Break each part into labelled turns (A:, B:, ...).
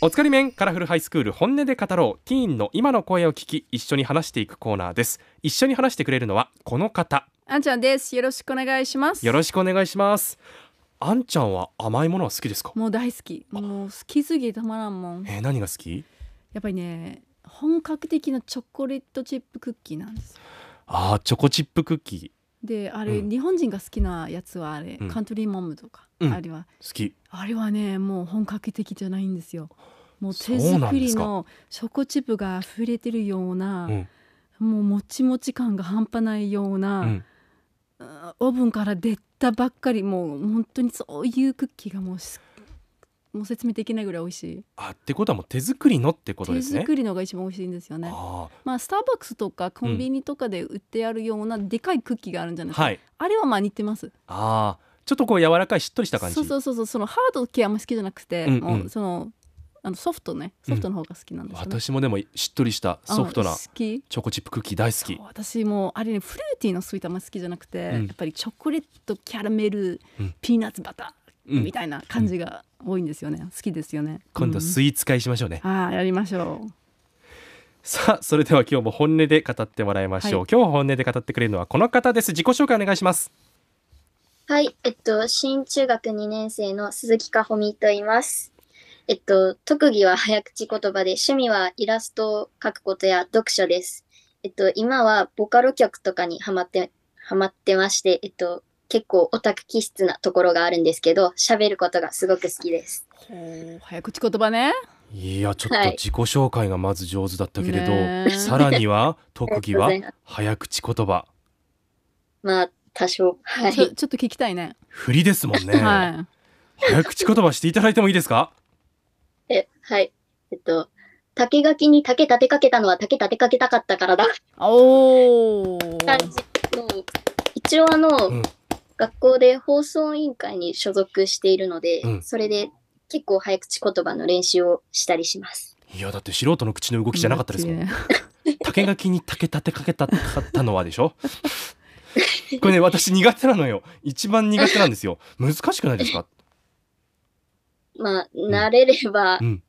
A: おつかり面カラフルハイスクール本音で語ろうティーンの今の声を聞き一緒に話していくコーナーです一緒に話してくれるのはこの方
B: あんちゃんですよろしくお願いします
A: よろしくお願いしますあんちゃんは甘いものは好きですか
B: もう大好きもう好きすぎてたまらんもんや
A: えー何が好き
B: っぱりね本格的なチョコレートチップクッキーなんですよ
A: あーチョコチップクッキ
B: であれ、
A: うん
B: 日本人が好きなやつはあれ、
A: うん
B: カントリーマムとか、
A: うん
B: あれは
A: ー好き
B: あれはねもう本格的じゃないんですよもう手
A: そうなん
B: 作
A: で
B: り
A: すか
B: のチョコチップが溢れてるような
A: うん
B: もうもちもち感が半端ないよう
A: う
B: な、
A: ん
B: うんオーブンから出たばっかりもう本当にそういうクッキーがもうしもう説明できないぐらい美味しい、
A: あってことはもう手作りのってことで
B: 手
A: すね
B: 作りのが一番美味しいんですよね
A: あ
B: まあスターバックスとかコンビニとかで売ってあるようなでかいクッキーがあるんじゃ
A: ー
B: ないですか、
A: はい
B: あれはまあ似てます
A: あーちょっとこう柔らかいしっとりした感じ
B: そうそうそうそうそのハード系あんま好きじゃなくて、
A: うんうん
B: もうそのあのソフトねソフトの方が好きなんですよね、
A: 私もでもしっとりしたソフト
B: あ
A: な
B: の好き
A: チョコチップクッキー大好き
B: そう私もうあれねフルーティーのスイートあんま好きじゃなくて、
A: うん
B: やっぱりチョコレートキャラメル、
A: うん
B: ピーナッツバタ
A: う
B: ー
A: ん
B: みたいな感じが多いんですよね、好きですよね
A: 今度
B: イ
A: スイーツ会しましょうね、
B: ああやりましょう
A: さあそれでは今日も本音で語ってもらいましょう、
B: は
A: 今日本音で語ってくれるのはこの方です自己紹介お願いします
C: はい、えっと、新中学2年生の鈴木かほみと言います。えっと、特技は早口言葉で、趣味はイラストを描くことや読書です。えっと、今はボカロ曲とかにハマって、ハマってまして、えっと、結構オタク気質なところがあるんですけど、喋ることがすごく好きです。
B: ほう早口言葉ね
A: いやちょっ
C: は
A: と
C: い
A: 自己紹介がまず上手だったけれど、
B: ねえ
A: さらには特技は
C: あり がとうございます
A: 早口言葉
C: まあ、多少。は
B: ちょ
C: い。
B: ちょっと聞きたいね、
A: 振りですもんね、
B: はい
A: 早口言葉していただいてもいいですか
C: え、はい。えっと、竹垣に竹立てかけたのは竹立てかけたかったからだ。
B: おお
C: 感じの一応あの、
A: うん
C: 学校で放送委員会に所属しているので、
A: うん
C: それで結構早口言葉の練習をしたりします。
A: いやだって素人の口の動きじゃなかったですもん、
B: ね
A: 竹垣に竹立てかけたかったのはでしょ これね私苦手なのよ一番苦手なんですよ難しくないですか
C: まあ、慣れれば、
A: うん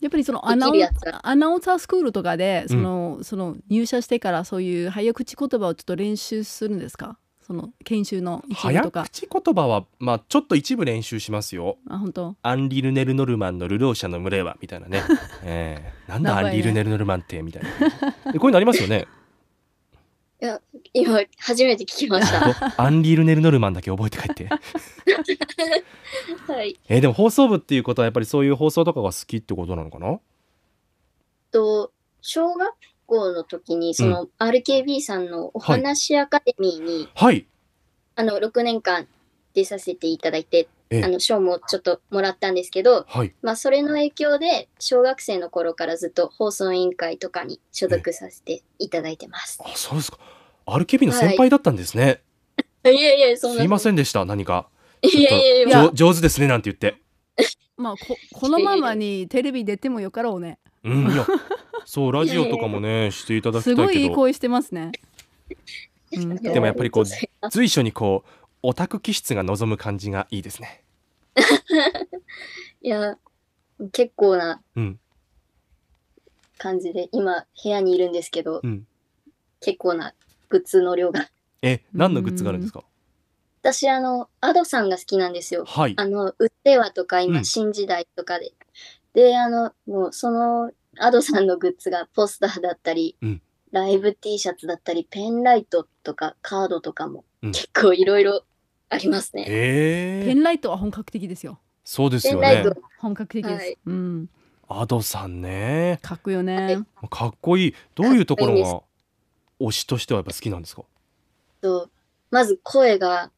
B: やっぱりそのアナウ
C: できるやつは
B: アナウンサースクールとかでその、その入社してからそういう早口言葉をちょっと練習するんですかその研修の一部
A: 早
B: とか
A: 口言葉はまあちょっと一部練習しますよ
B: あ本当
A: アンリルネルノルマンのルローシャの群れはみたいなね、ええなんだアンリルネルノルマンってみたいなでこういうのありますよね
C: 今初めて聞きました。
A: とアンリルネルノルマンだけ覚えて帰って
C: はい。
A: えーでも放送部っていうことはやっぱりそういう放送とかが好きってことなのかな
C: と、小学校の時に、その RKB さんのお話アカデミーに、
A: はい
C: あの、6年間出させていただいて、
A: ええ
C: あの、賞もちょっともらったんですけど、
A: はい
C: まあ、それの影響で、小学生の頃からずっと放送委員会とかに所属させていただいてます。
A: あそうですか RKB の先輩だったんですね、
C: いやいや、そんな。
A: すいま
C: ん。
A: せんでした何か
C: いやいやい
B: い
C: や、
B: や
A: 上上手ですねなんて言って
B: まあここのままにテレビ出てもよかろうね
A: うんいやそうラジオとかもねしていただきた
B: す
A: い
B: ごいい
A: け
B: い
A: ど
B: 声してますねうんと
A: でもやっぱりこう
C: ありがと
A: 随所にこうオタク気質が望む感じがいいですね
C: うございますいや、結構な
A: うん
C: 感じで、今、部屋にいるんですけど、
A: うん
C: 結構なグッズの量が。
A: え何のグッズがあるんですか
C: 私、あの、アドさんが好きなんですよ。
A: はい
C: あの、うってはとか、今、
A: うん
C: 新時代とかで。で、あの、もう、その、アドさんのグッズがポスターだったり、
A: うん
C: ライブ T シャツだったり、ペンライトとか、カードとかも、
A: うん
C: 結構いろいろありますね。
A: え
B: ペ
A: ー、
B: ンライトは本格的ですよ
A: そうです
C: ペ
A: よ
C: ンライ
A: ね
C: ト、
B: 本格的です、
C: はい
B: うん
A: アドさんね
B: かっこよ
C: は
B: ね、
C: い
A: かっこいいどういうところ
C: かっ
A: が推しとしてはやっぱ好きなんですか
C: と、まず声が、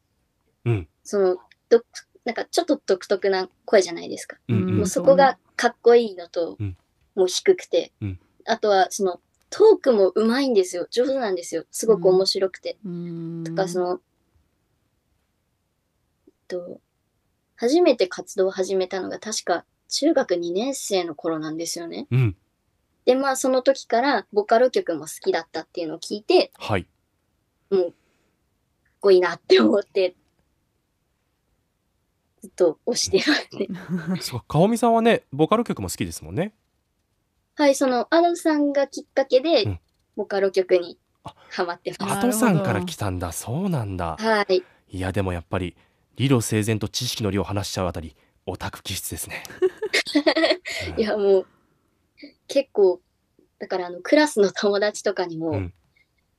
A: うん
C: その、どなんか、ちょっと独特な声じゃないですか。
A: うんうん
B: ん
C: もうそこがかっこいいのと、
A: うん
C: もう低くて、
A: うん
C: あとは、その、トークもうまいんですよ。上手なんですよ。すごく面白くて。
B: うん
C: とか、その、えっと、初めて活動を始めたのが確か中学2年生の頃なんですよね。
A: うん
C: で、まあその時からボカロ曲も好きだったっていうのを聞いて、か
A: はい
C: っこいいなって思って、ずっと推してます ね。
A: そうかおみさんはねボカロ曲も好きですもんね
C: はい、その、アドさんがきっかけ
A: う
C: で
A: ん、
C: ボカロ曲に
A: あ
C: ハマってま
A: アトさんから来たんだそうなんだ
C: す。はい。
A: いやでもやっぱり理路整然と知識の量を話しちゃうあたりオタク気質ですね
C: いや、もう、結構、だから、あの、クラスの友達とかにも、
A: うん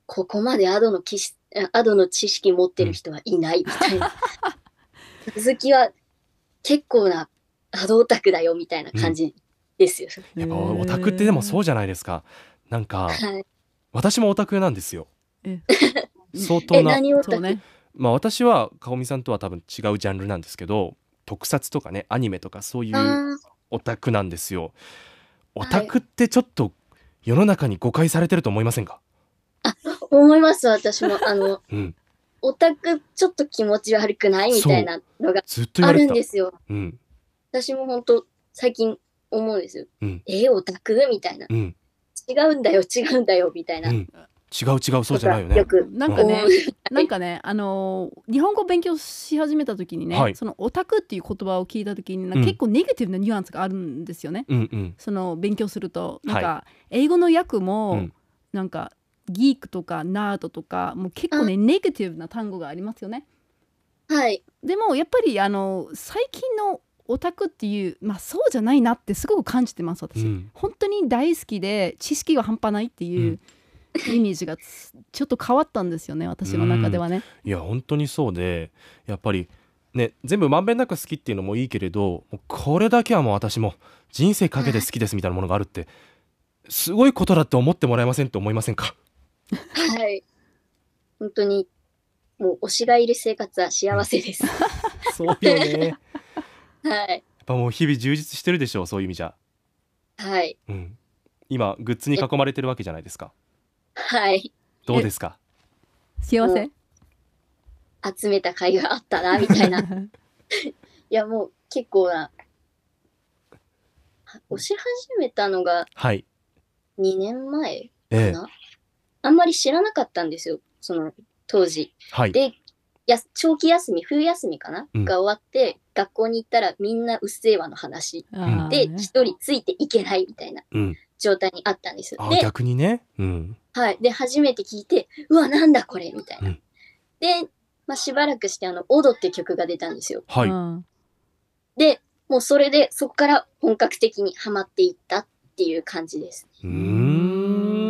C: ここまでアドのきしアドの知識持ってる人はいないみ たいな。鈴木は結構なアドオタクだよみたいな感じですよ。
A: やっぱオタクってでもそうじゃないですかなんか
C: はい。
A: 私もオタクなんですよ
B: え
A: 相
C: え、
A: 当な
C: 何オタ
B: そう
C: ク、
B: ね。
A: まあ私はかおみさんとは多分違うジャンルなんですけど特撮とかねアニメとかそうい
C: あ
A: う
C: ー
A: オタクなんですよオ
C: はい
A: タクってちょっと世の中に誤解されてると思いませんか、
C: 思います、私も。あの、
A: うん
C: オタクちょっと気持ち悪くないみたいなのが
A: ずっと言
C: あ
A: われて
C: るん
A: た
C: ですよ。
A: うん
C: 私も本当最近思うんですよ。
A: うん
C: え、オタクみたいな。
A: うん
C: 違うんだよ、違うんだよ、みたいな
A: うん。違う違うそうじゃないよ
C: よ
A: ね
C: く。
B: なんかね
C: うん、
B: なんかね、あのー日本語を勉強し始めた時にね、
A: はい
B: そのオタクっていう言葉を聞いた時に、なん
A: うん
B: か結構ネガティブなニュアンスがあるんですよね。
A: うんうん
B: その勉強すると、
A: はい
B: なんか英語の訳も、
A: うん
B: なんかギークとかナードとか、もう結構ね、ネガティブな単語がありますよね。
C: はい。
B: でもやっぱりあの最近のオタクっていう、まあそうじゃないなってすごく感じてます
A: う
B: 私。
A: ん
B: 本当に大好きで知識が半端ないっていううイメージがつちょっと変わったんですよね私の中ではね。
A: いや本当にそうでやっぱりね全部まんべんなく好きっていうのもいいけれどもうこれだけはもう私も人生かけて好きですみたいなものがあるってすごいことだって思ってもらえませんと思いませんか
C: はい。本当に、もう推しがいる生活は幸 せです。
A: そうよねやっ
C: はい。
A: ぱもう日々充実してるでしょうそういう意味じゃ、
C: はい。
A: うん、今グッズに囲まれてるわけじゃないですか
C: はい。
A: どうですか
B: 幸せ。
C: 集めた甲斐があったな、みたい な。いや、もう結構な。推し始めたのが
A: はい
C: 2年前
A: ええ
C: なあんまり知らなかったんですよ、その当時。
A: はい
C: で、やす長期休み、冬休みかな、
A: うん
C: が終わって、学校に行ったらみんなうっせぇわの話。
B: あー
C: で、
B: ね
C: 一人ついていけないみたいな
A: うん
C: 状態にあったんですよ。
A: あ
C: で、
A: 逆にねうん
C: はい。で、初めて聞いて、うわ、なんだこれみたいな。
A: うん
C: で、まあ、しばらくして、あの、オドって曲が出たんですよ。
A: はい、
B: うん
C: で、もうそれで、そこから本格的にハマっていったっていう感じです。
A: うー
B: う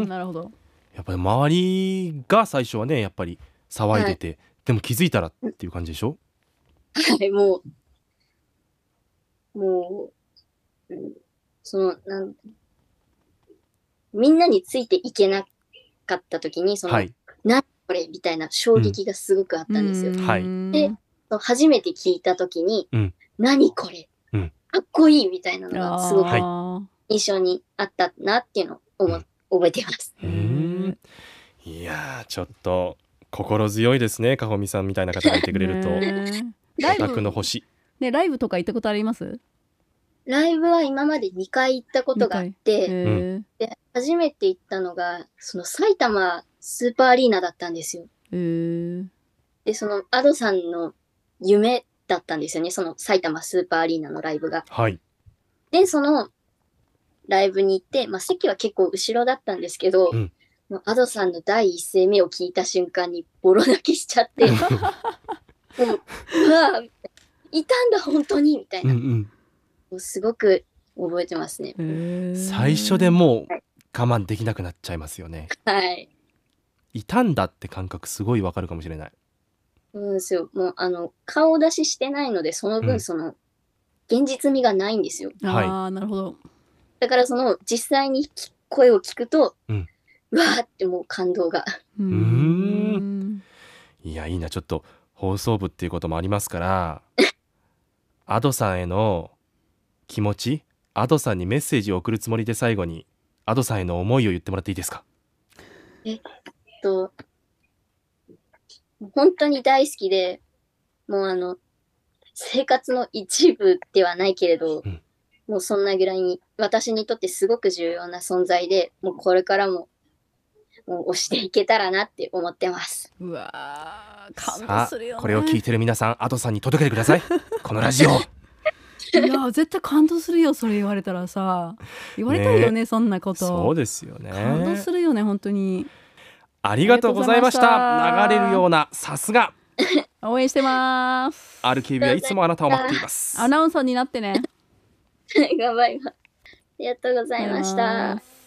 B: んなるほど。
A: やっぱり周りが最初はねやっぱり騒いでて、でも気づいたらっていう感じでしょ
C: はい、もう、もう、うんその、なん、みんなについていけなかった時に、その、
A: はい
C: なんだこれみたいな衝撃がすごくあったんですよ。
A: はい
B: うん
C: でそう初めて聞いた時に、
A: うん
C: 何これ、
A: うん
C: かっこいいみたいなの
B: あ
C: が
B: ー
C: すごく
A: はい
C: 印象にあったなっていうのを思
A: うん
C: 覚えてます。
A: うーんいやーちょっと心強いですねかほみさんみたいな方がいてくれると、
B: ねラ
A: オ
B: イ
A: タクの
B: ブ
A: 星
B: ねライブとか行ったことあります？
C: ライブは今まで2回行ったことがあって、
B: え
C: で初めて行ったのが、その埼玉スーパーアリーナだったんですよ。
B: え
C: で、そのアドさんの夢だったんですよね、その埼玉スーパーアリーナのライブが。
A: はい
C: で、そのライブに行って、まあ、席は結構後ろだったんですけど、
A: うん
C: もうアドさんの第一声目を聞いた瞬間にボロ泣きしちゃって、もう、うわぁ、いたんだ、本当にみたい
A: うん
C: な。
A: う
C: も
A: ん
C: うすごく覚えてますね。
A: 最初で
B: も
A: もう我慢できなくなっちゃいますよね
C: はい。
A: いたんだって感覚すごいわかるかもしれない
C: そうなんですよ。もう、あの、顔出ししてないので、その
A: う
C: 分、
A: ん
C: その、現実味がないんですよ。
A: はい
B: ああなるほど。
C: だからその実際にき声を聞くと、
A: うん
C: わーってもう感動が。
B: うー
A: うーいやいいなちょっと放送部っていうこともありますから アドさんへの気持ちアドさんにメッセージを送るつもりで最後にアドさんへの思いを言ってもらっていいですか
C: と本当に大好きで、もうあの、生活の一部ではないけれど、
A: うん
C: もうそんなぐらいに、私にとってすごく重要な存在で、もうこれからもを押していけたらなって思ってます。
B: うわー感動
A: さ
B: するよ
A: あ
B: ね
A: これを聞いてる皆さんアドさんに届けてくださいこのラジ オ
B: いや絶対感動するよそれ言われたらさ言われたいよねそんなこと
A: そうですよね
B: 感動するよね本当に
A: ありがとうございまし
B: ありがとうござい
A: た
B: ました
A: 流れるようなさすが
B: 応援してます
A: RKB はいつも あなたを待っています
B: アナウンサーになってね
C: 頑張ります。ありがとうございました。